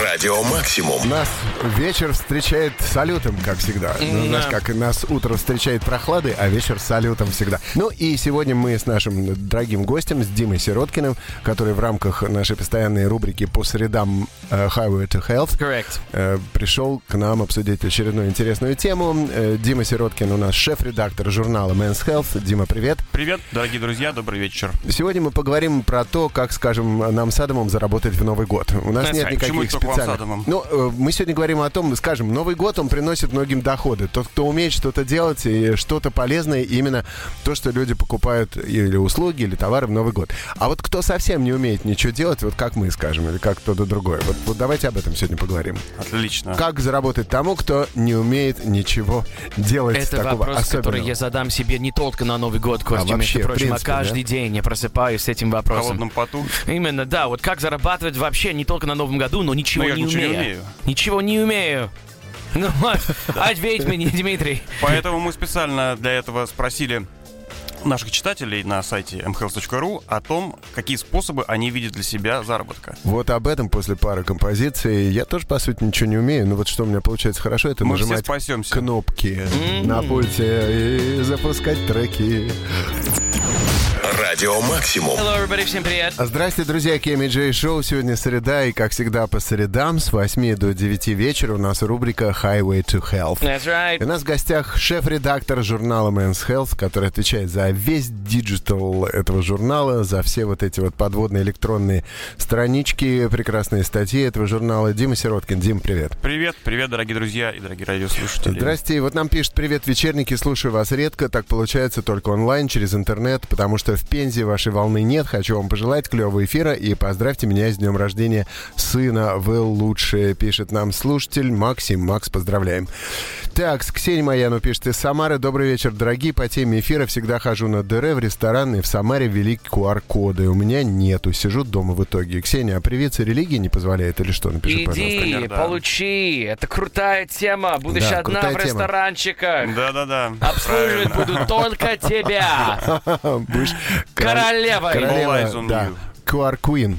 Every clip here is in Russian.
Радио Максимум. Нас вечер встречает салютом, как всегда. Ну, Да. Нас, как и нас утро встречает прохладой, а вечер салютом всегда. Ну и сегодня мы с нашим дорогим гостем, с Димой Сироткиным, который в рамках нашей постоянной рубрики по средам э, Highway to Health Correct. э, пришел к нам обсудить очередную интересную тему. Э, Дима Сироткин у нас шеф-редактор журнала Men's Health. Дима, привет. Привет, дорогие друзья, добрый вечер. Сегодня мы поговорим про то, как, скажем, нам с Адамом заработать в Новый год. У нас Знаете, нет а почему никаких это только вам с специальных... Адамом? Ну, э, мы сегодня говорим о том, скажем, Новый год, он приносит многим доходы. Тот, кто умеет что-то делать и что-то полезное, именно то, что люди покупают или услуги, или товары в Новый год. А вот кто совсем не умеет ничего делать, вот как мы, скажем, или как кто-то другой. Вот, вот давайте об этом сегодня поговорим. Отлично. Как заработать тому, кто не умеет ничего делать Это такого вопрос, который особенного? я задам себе не только на Новый год, Костя, вообще, в между прочим, принципе, а каждый день я просыпаюсь с этим В вопросом. холодном поту. Именно, да. Вот как зарабатывать вообще не только на Новом году, но ничего Ну, я не ничего не умею. умею. Ничего не умею. Ну, вот, ответь мне, Дмитрий. Поэтому мы специально для этого спросили наших читателей на сайте mhealth.ru о том, какие способы они видят для себя заработка. Вот об этом после пары композиций. Я тоже, по сути, ничего не умею, но вот что у меня получается хорошо, это Мы все М-м. нажимать спасемся. кнопки на пульте и запускать треки. Радио Максимум. Hello, everybody, всем привет. А Здрасте, друзья, Кеми Джей Шоу. Сегодня среда, и, как всегда, по средам с 8 до 9 вечера у нас рубрика «Highway to Health». That's И У right. нас в гостях шеф-редактор журнала Men's Health, который отвечает за весь диджитал этого журнала, за все вот эти вот подводные электронные странички, прекрасные статьи этого журнала. Дима Сироткин. Дим, привет. Привет, привет, дорогие друзья и дорогие радиослушатели. Здрасте, вот нам пишет «Привет, вечерники, слушаю вас редко, так получается только онлайн, через интернет, потому что в Пензе вашей волны нет, хочу вам пожелать клевого эфира и поздравьте меня с днем рождения сына, вы лучшие», пишет нам слушатель Максим. Макс, поздравляем. Так, с Ксенией Маяну пишет из Самары. Добрый вечер, дорогие. По теме эфира всегда хожу на ДР в ресторан и в Самаре вели QR-коды. У меня нету, сижу дома в итоге. Ксения, а привиться религии не позволяет или что? Напиши, пожалуйста. Иди, Например, да. получи. Это крутая тема. Будешь Да, одна крутая в тема. ресторанчиках. Да-да-да. Обслуживать правильно. будут только тебя. Будешь король- Королевой. Королева, All eyes on да. you. QR Queen.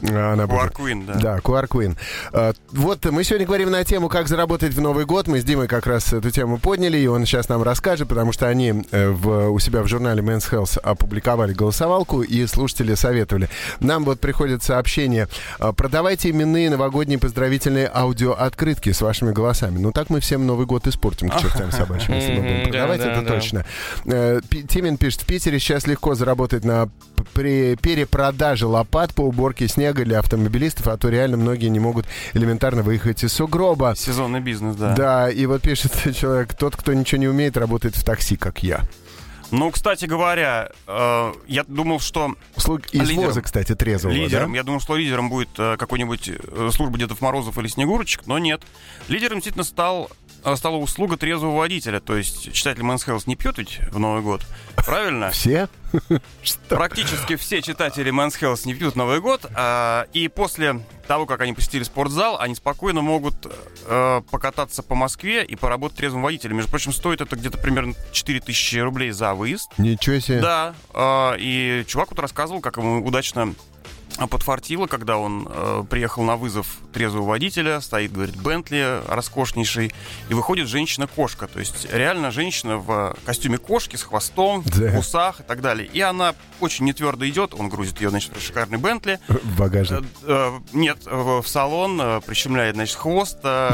А, Она будет. War Queen, да. Да, QR Queen. Э, Вот мы сегодня говорим на тему, как заработать в Новый год. Мы с Димой как раз эту тему подняли, и он сейчас нам расскажет, потому что они э, в, у себя в журнале Men's Health опубликовали голосовалку, и слушатели советовали. Нам вот приходит сообщение, э, продавайте именные новогодние поздравительные аудиооткрытки с вашими голосами. Ну так мы всем Новый год испортим к чертям собачьим, если мы будем Мгм, да, продавать, да, это да. точно. Э, Пи- Тимин пишет, в Питере сейчас легко заработать на п- при перепродаже лопат по уборке снега для автомобилистов, а то реально многие не могут элементарно выехать из сугроба. Сезонный бизнес, да. Да, и вот пишет человек, тот, кто ничего не умеет, работает в такси, как я. Ну, кстати говоря, э, я думал, что Услуг из Лидером. воза, кстати, трезвого, да? Лидером. Я думал, что лидером будет э, какой-нибудь э, служба Дедов Морозов или Снегурочек, но нет. Лидером действительно стал, э, стала услуга трезвого водителя. То есть читатели Мэнс Health не пьют ведь в Новый год, правильно? Все? Что? Практически все читатели Мэнс Health не пьют Новый год, а, и после того, как они посетили спортзал, они спокойно могут э, покататься по Москве и поработать трезвым водителем. Между прочим, стоит это где-то примерно 4000 рублей за выезд. Ничего себе. Да, а, и чувак вот рассказывал, как ему удачно подфартило, когда он э, приехал на вызов трезвого водителя, стоит, говорит, Бентли роскошнейший, и выходит женщина-кошка, то есть реально женщина в костюме кошки с хвостом, Да. в усах и так далее. И она очень нетвердо идет, он грузит ее, значит, в шикарный Бентли, В багажник. Э, э, нет, в в салон, э, прищемляет, значит, хвост, э,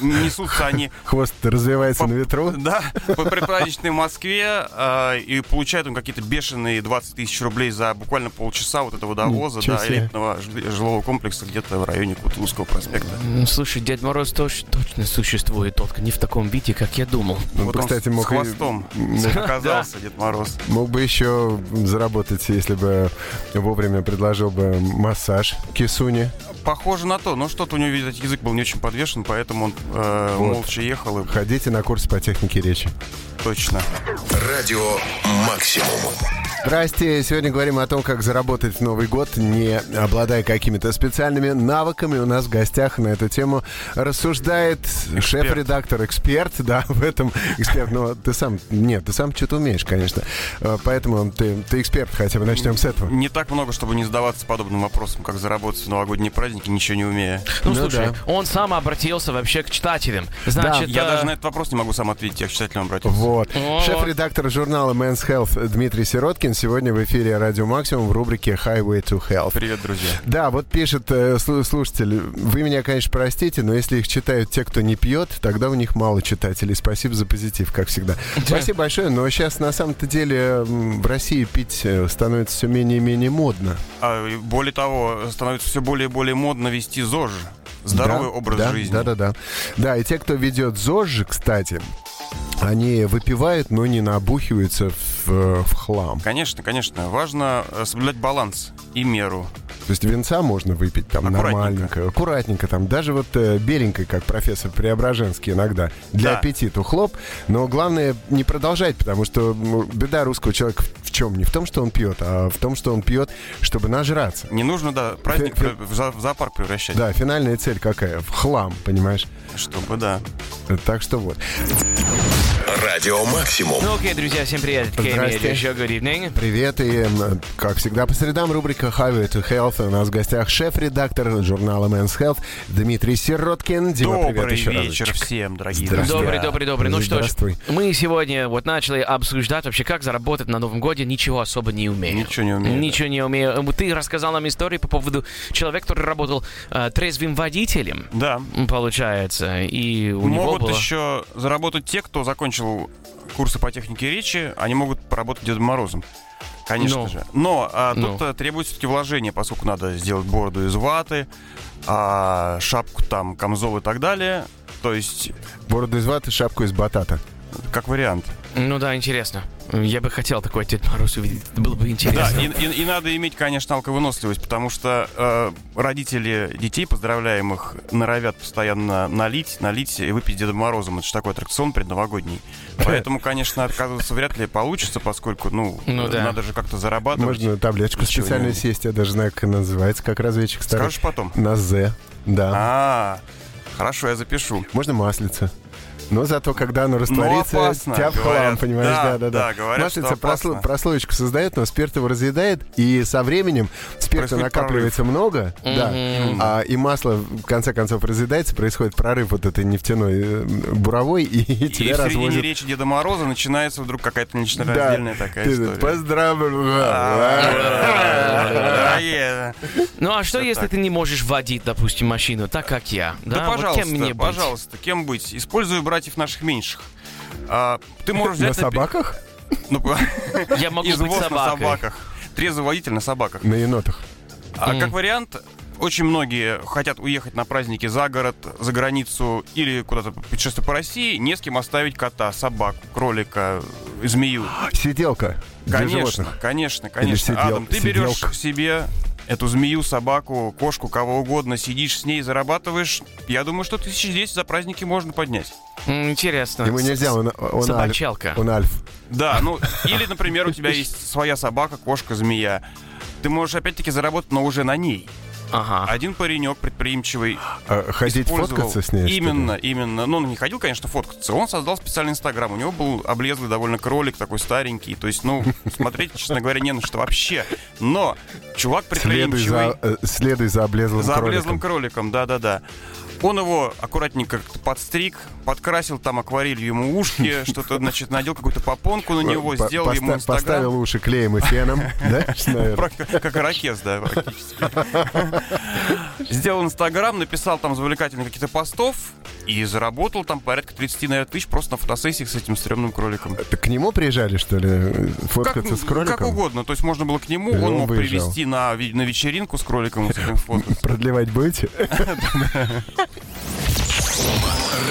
несутся они Хвост развивается По- на ветру. да, по предпраздничной Москве, э, и получает он какие-то бешеные 20 тысяч рублей за буквально полчаса вот этого довоза Ничего до себе. элитного жи- жилого комплекса где-то в районе Кутузовского проспекта. Ну, Слушай, Дед Мороз точ- точно существует, только не в таком виде, как я думал. Он, Вот он Ну, кстати, с- мог с и- хвостом оказался Дед Мороз. Мог бы еще заработать, если бы вовремя предложил бы массаж кисуне. Похоже на то, но что-то у него, видать, язык был не очень подвешен, поэтому он э, Вот. молча ехал и Ходите на курс по технике речи. точно. Радио Максимум. Здрасте. Сегодня говорим о том, как заработать в Новый год, не обладая какими-то специальными навыками. У нас в гостях на эту тему рассуждает шеф-редактор, эксперт, да, в этом эксперт. Но ты сам, нет, ты сам что-то умеешь, конечно. Э, Поэтому ты, ты эксперт, хотя бы начнем с этого. Не так много, чтобы не задаваться подобным вопросом, как заработать в новогодние праздники, ничего не умея. Ну, Ну слушай, да. он сам обратился вообще к читателям. Значит, Я э, даже на этот вопрос не могу сам ответить, я к читателям обратился. Вот. Вот. Шеф-редактор журнала Men's Health Дмитрий Сироткин сегодня в эфире Радио Максимум в рубрике Highway to Health. Привет, друзья. Да, вот пишет э, слу- слушатель, вы меня, конечно, простите, но если их читают те, кто не пьет, тогда у них мало читателей. Спасибо за позитив, как всегда. Спасибо большое, но сейчас на самом-то деле м, в России пить э, становится все менее и менее модно. А, и более того, становится все более и более модно вести ЗОЖ. Здоровый Да, образ да, жизни. Да, да, да. Да, и те, кто ведет ЗОЖ, кстати, они выпивают, но не набухиваются в, э, в хлам. Конечно, конечно. Важно э, соблюдать баланс и меру. То есть венца можно выпить там Аккуратненько. нормальненько, аккуратненько там, даже вот э, беленькой, как профессор Преображенский иногда, для Да. аппетита хлоп. Но главное не продолжать, потому что м, беда русского человека в- в чем? Не в том, что он пьет, а в том, что он пьет, чтобы нажраться. Не нужно, да, праздник Фе- фе- в за- в зоопарк превращать. Да, финальная цель какая? В хлам, понимаешь? Чтобы, да. Э, Так что вот. Радио Максимум. Ну окей, друзья, всем привет. Это Здрасте. KMED Show, good evening. Привет, и, м, как всегда, по средам рубрика «Highway to Health». У нас в гостях шеф-редактор журнала «Men's Health» Дмитрий Сироткин. Дима, привет Добрый еще вечер разочек. всем, дорогие Здравствуй. друзья. Добрый, добрый, добрый. Ну что ж, Здравствуй. мы сегодня вот начали обсуждать вообще, как заработать на Новом Годе, ничего особо не умею. Ничего не умею, да. Ничего не умею. Эм, Ты рассказал нам историю по поводу человека, который работал э, трезвым водителем, Да. м, получается, и у него Могут было... еще заработать те, кто закончил курсы по технике речи, они могут поработать Дедом Морозом. Конечно Ну. же. Но а, Ну. тут а, требуется все-таки вложение, поскольку надо сделать бороду из ваты, а, шапку там, камзол и так далее. То есть, Бороду из ваты, шапку из батата. как вариант. Ну да, интересно. Я бы хотел такой Дед Мороз увидеть. Это было бы интересно. Да, и, и- и надо иметь, конечно, алковыносливость, потому что э, родители детей, поздравляемых, норовят постоянно налить, налить и выпить Дедом Морозом. Это же такой аттракцион предновогодний. Поэтому, конечно, отказываться вряд ли получится, поскольку, ну, Ну э, да. надо же как-то зарабатывать. Можно таблеточку Ничего специально не- сесть, я даже знаю, как она называется, как разведчик старый. Скажешь потом. На З, да. А, хорошо, я запишу. Можно маслица. Но зато, когда оно растворится, Ну, опасно, тебя в хлам, говорят. понимаешь? Да, Да, да, да. да, говорят, маслица что опасно. просло- прослоечку создает, но спирт его разъедает, и со временем спирта Происходит накапливается много, да, Мгм. а, и масло в конце концов разъедается, происходит прорыв вот этой нефтяной э, буровой, и, И тебя в середине разводят. речи Деда Мороза начинается вдруг какая-то Да. нечленораздельная такая Ты история. А, Поздравляю. Да, е- Ну а что, если так. ты не можешь водить, допустим, машину, так как я? Да, вот пожалуйста, кем мне быть? пожалуйста, кем быть? Использую братьев наших меньших. А, ты можешь На взять напи- собаках? Ну, Я могу из быть ВОЗ на собакой. собаках. Трезвый водитель на собаках. На енотах. А Мгм. как вариант, очень многие хотят уехать на праздники за город, за границу или куда-то путешествовать по России, не с кем оставить кота, собаку, кролика, змею. А, Сиделка для Конечно, животных. конечно, конечно. сидел- Адам, ты берешь сиделка. себе эту змею, собаку, кошку, кого угодно, сидишь с ней, зарабатываешь. Я думаю, что тысячи здесь за праздники можно поднять. М, А, Интересно. Ему нельзя, он, он альф. Собачалка. Он альф. Да, ну, или, например, у тебя есть своя собака, кошка, змея. Ты можешь опять-таки заработать, но уже на ней. Ага. Один паренек предприимчивый А, Ходить использовал- фоткаться с ней? что ли? Именно, именно. Ну, он не ходил, конечно, фоткаться. Он создал специальный инстаграм. У него был облезлый довольно кролик такой старенький. То есть, ну, смотреть, честно говоря, не на что вообще. Но чувак Следуй предприимчивый за, э, следуй за облезлым за облезлым кроликом. кроликом, да-да-да. Он его аккуратненько как-то подстриг, подкрасил там акварелью ему ушки, что-то, значит, надел какую-то попонку на него, По- сделал ему поста- инстаграм. Поставил уши клеем и феном. Да, наверное? Практи- Как ирокез, да, практически. Сделал Инстаграм, написал там завлекательных каких-то постов и заработал там порядка 30, наверное, тысяч просто на фотосессиях с этим стрёмным кроликом. Так К нему приезжали, что ли, э, Как, фоткаться с кроликом? как угодно. То есть можно было к нему, И он он мог выезжал. привезти на, ви- на вечеринку с кроликом вот с этим фото. Продлевать будете?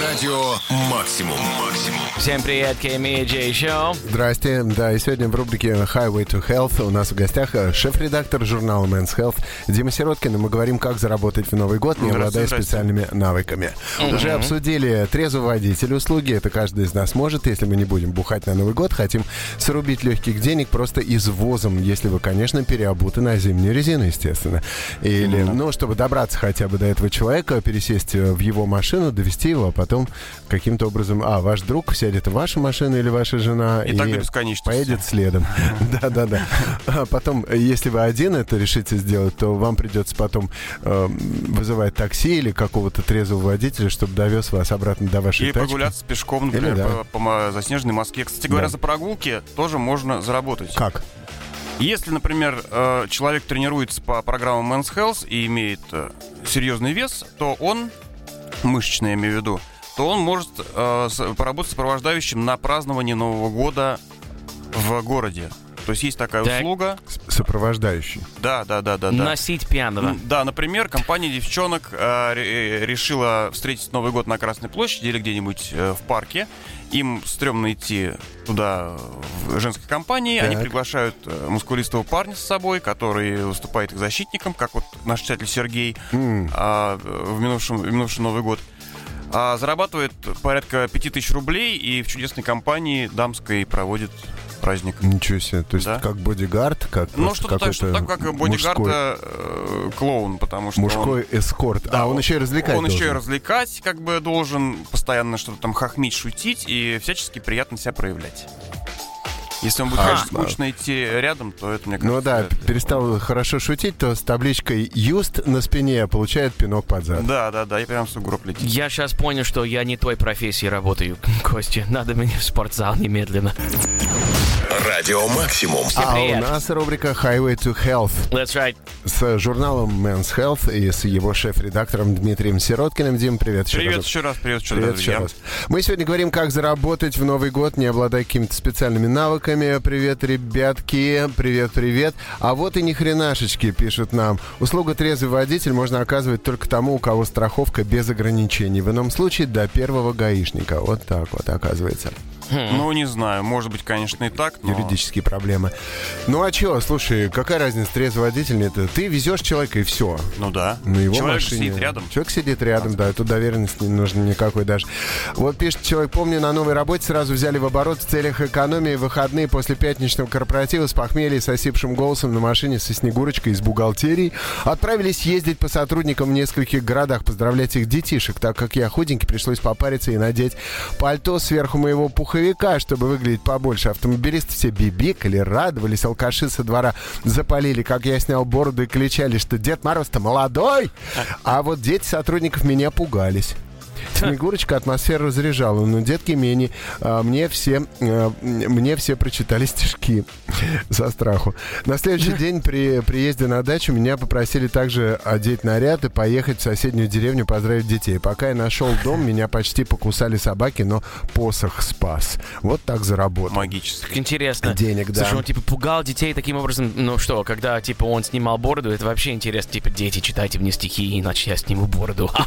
Радио «Максимум». Максимум. А Всем привет, Кеми Джей Шоу. Здрасте. Да, и сегодня в рубрике Highway to Health у нас в гостях э, шеф-редактор журнала Men's Health Дима Сироткин. И мы говорим, как заработать в Новый год, не Здравствуйте, обладая здрасте. специальными навыками. Уже обсудили трезвый водитель услуги. Это каждый из нас может, если мы не будем бухать на Новый год. Хотим срубить легких денег просто извозом, если вы, конечно, переобуты на зимнюю резину, естественно. Или, ну, чтобы добраться хотя бы до этого человека, пересесть э, в его машину, довести его, а потом каким-то образом... А, ваш друг сядет в вашу машину или ваша жена. И так до бесконечности. Поедет следом. Да-да-да. А Потом, э, если вы один это решите сделать, то вам придется потом э, вызывать такси или какого-то трезвого водителя, чтобы довез вас обратно до вашей Или тачки. прогуляться пешком, Или например, да. по, по ма- заснеженной Москве. Кстати говоря, Да. за прогулки тоже можно заработать. Как? Если, например, э, человек тренируется по программам Men's Health и имеет э, серьезный вес, то он, мышечный я имею в виду, то он может э, с- поработать сопровождающим на праздновании Нового года в городе. То есть есть такая Так. услуга. С- Сопровождающий. Да, да, да, да, да. Носить пьяного. М, Да, например, компания девчонок э, ре- э, решила встретить Новый год на Красной площади или где-нибудь э, в парке. Им стрёмно идти туда э, в женской компании. Они Так. приглашают э, мускулистого парня с собой, который выступает их защитником, как вот наш читатель Сергей М, а, э, в, минувшем, в минувший Новый год. А, зарабатывает порядка 5000 рублей и в чудесной компании дамской проводит праздник. Ничего себе. То есть Да. как бодигард, как Ну, просто что-то так, что какой-то так, как мужской- бодигарда э, клоун, потому что он- Мужской эскорт. а, он, еще и развлекает Он еще и должен. развлекать, как бы должен постоянно что-то там хохмить, шутить и всячески приятно себя проявлять. Если он будет, А, конечно, а. скучно идти рядом, то это мне кажется. Ну да, это- перестал хорошо шутить, то с табличкой «Юст» на спине получает пинок под зад. Да, да, да, и прям в сугроб летит. Я сейчас понял, что я не той профессии работаю, Костя. Надо меня в спортзал немедленно. Радио «Максимум». А привет. у нас рубрика «Highway to Health» That's right. с журналом Men's Health и с его шеф-редактором Дмитрием Сироткиным. Дим, привет еще Привет разок. еще раз, привет еще Привет раз, еще друзья. раз. Мы сегодня говорим, как заработать в Новый год, не обладая какими-то специальными навыками. Привет, ребятки. Привет, привет. А вот и ни хренашечки, пишут нам. Услугу трезвый водитель можно оказывать только тому, у кого страховка без ограничений. В ином случае до первого гаишника. Вот так вот оказывается. Ну, не знаю, может быть, конечно, и так, но... Юридические проблемы. Ну а чё, слушай, какая разница, трезвый водитель это? Ты везешь человека и все. Ну да. На его Человек машине. сидит рядом. типа, Человек сидит рядом, да. Тут доверенности не нужно никакой даже. Вот пишет человек, помню, на новой работе сразу взяли в оборот в целях экономии выходные после пятничного корпоратива с похмелья, с осипшим голосом на машине со Снегурочкой из бухгалтерии. Отправились ездить по сотрудникам в нескольких городах, поздравлять их детишек, так как я худенький, пришлось попариться и надеть пальто сверху моего пуховика, чтобы выглядеть побольше. Автомобилисты все бибикали, радовались, алкаши со двора запалили, как я снял бороду и кричали, что Дед Мороз-то молодой. А вот дети сотрудников меня пугались. Снегурочка атмосферу разряжала, но детки менее. А, Мне все, э, мне все прочитали стишки со страху. На следующий день при приезде на дачу меня попросили также одеть наряд и поехать в соседнюю деревню поздравить детей. Пока я нашел дом, меня почти покусали собаки, но посох спас. Вот так заработал. Магически. Как интересно. Денег, да. Слушай, он типа пугал детей таким образом. Ну что, когда типа он снимал бороду, это вообще интересно. Типа, дети, читайте мне стихи, иначе я сниму бороду.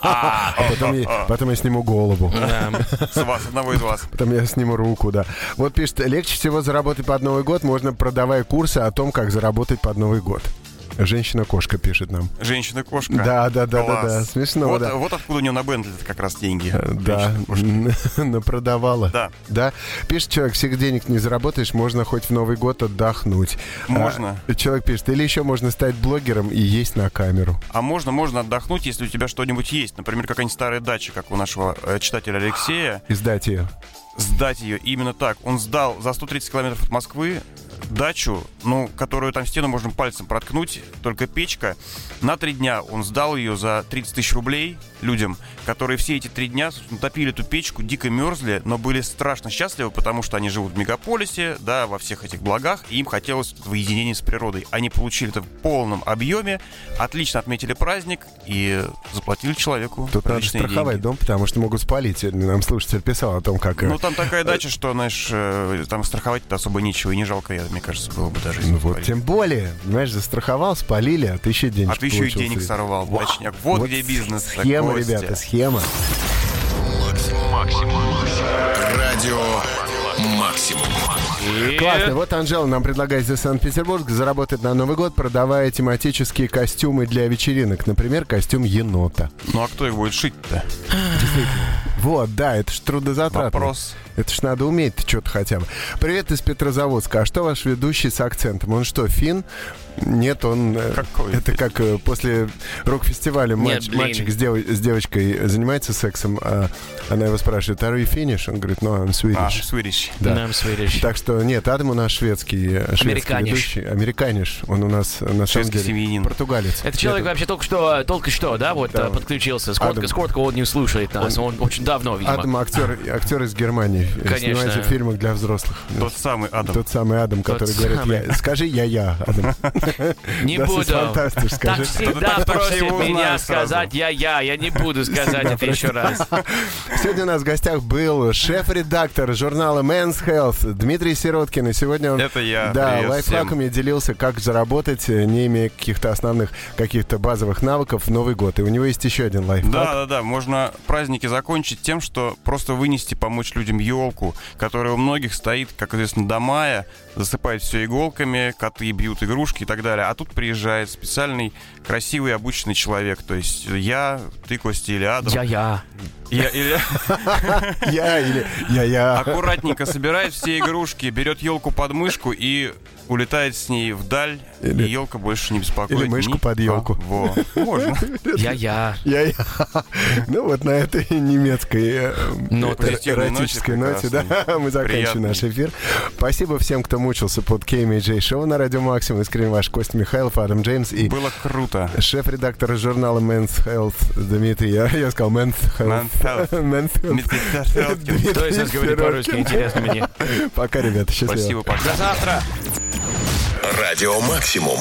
А потом, я, потом я сниму голову. Да. С вас, одного из вас. Потом я сниму руку, да. Вот пишет, легче всего заработать под Новый год можно, продавая курсы о том, как заработать под Новый год. Женщина-кошка пишет нам. Женщина-кошка. Да, да, да, да, да. Класс. Смешно, вот, да. вот откуда у нее на Бентли как раз деньги. Э, Да, но продавала. Да. Да. Пишет человек, всех денег не заработаешь, можно хоть в Новый год отдохнуть. Можно. А, человек пишет, или еще можно стать блогером и есть на камеру. А можно, можно отдохнуть, если у тебя что-нибудь есть. Например, какая-нибудь старая дача, как у нашего э, читателя Алексея. И сдать ее. Сдать ее именно так. Он сдал за 130 километров от Москвы дачу, ну, которую там стену можно пальцем проткнуть, только печка. На три дня он сдал ее за 30 тысяч рублей людям, которые все эти три дня собственно, топили эту печку, дико мерзли, но были страшно счастливы, потому что они живут в мегаполисе, да, во всех этих благах, и им хотелось вот этого единения с природой. Они получили это в полном объеме, отлично отметили праздник и заплатили человеку Тут надо приличные страховать деньги. дом, потому что могут спалить. Нам слушатель писал о том, как... э, Ну, там такая дача, что, знаешь, э, там страховать-то особо нечего, и не жалко, я, мне кажется, было бы даже. если Ну вот, говорить. тем более, понимаешь, застраховал, спалили, а ты еще денег А ты еще и получил денег среди. сорвал, Вау. дачняк. Вот, где бизнес. Схема, Костя. ребята, схема. Радио максимум. И- Классно. Вот Анжела нам предлагает из Санкт-Петербург заработать на Новый год, продавая тематические костюмы для вечеринок. Например, костюм енота. Ну а кто их будет шить-то? Вот, да, это ж трудозатратно. Вопрос. Это ж надо уметь что-то хотя бы. Привет из Петрозаводска. А что ваш ведущий с акцентом? Он что, фин? Нет, он... э, Какой Это как э, после рок-фестиваля Нет, мальч- блин. мальчик с, дев- с девочкой занимается сексом, а она его спрашивает, are you Finnish? Он говорит, no, I'm А, Swedish. Swedish. да. Нам Swedish. Так что нет, Адам у нас шведский, э, шведский Американиш. ведущий. Американиш. Он у нас э, на самом Шведский деле семьянин. португалец. Это человек вообще только что, только что, да, вот э, подключился. Сколько, Адам. сколько он не слушает нас, он, очень давно, видимо. Адам актер, актер из Германии. э, Конечно. Снимается в фильмах для взрослых. Тот самый Адам. Тот самый Адам, Тот который говорит, самый. «Я- скажи я-я, Адам. Не Да, ты буду. фантастишь, Так скажи. всегда так- так все просит его меня узнают сразу. сказать я-я, я не буду сказать это еще раз. Сегодня у нас в гостях был шеф-редактор журнала Men's Health Дмитрий Сироткин. И сегодня он Это я. да, Привет лайфхаками делился, как заработать, э, не имея каких-то основных, каких-то базовых навыков в Новый год. И у него есть еще один лайфхак. Да, да, да. Можно праздники закончить тем, что просто вынести помочь людям елку, которая у многих стоит, как известно, до мая, засыпает все иголками, коты бьют игрушки и так далее. А тут приезжает специальный красивый обычный человек. То есть я, ты, Костя или Адам. Я-я. Я или- Я или А я-я. аккуратненько собирает все игрушки, берет елку под мышку и улетает с ней вдаль, Или- и елка больше не беспокоит. или мышку под ёлку. никого. Можно. Я-я. Я, Ну вот на этой немецкой э, Ноте. э, Позитивной эротической ноте ноте да, прекрасной. мы заканчиваем Приятной. наш эфир. Спасибо всем, кто мучился под KMJ шоу на Радио Максимум. Искренне ваш Кость Михайлов, Адам Джеймс и Было круто. шеф-редактор журнала Men's Health Дмитрий. Я, я сказал Men's Health. Men's Health. Men's Health. Дмитрий Саркин. Дмитрий Кто из нас говорит по-русски, Сироткин. интересно мне. Пока, ребята. Счастливо. Спасибо, пока. До завтра. Радио максимум.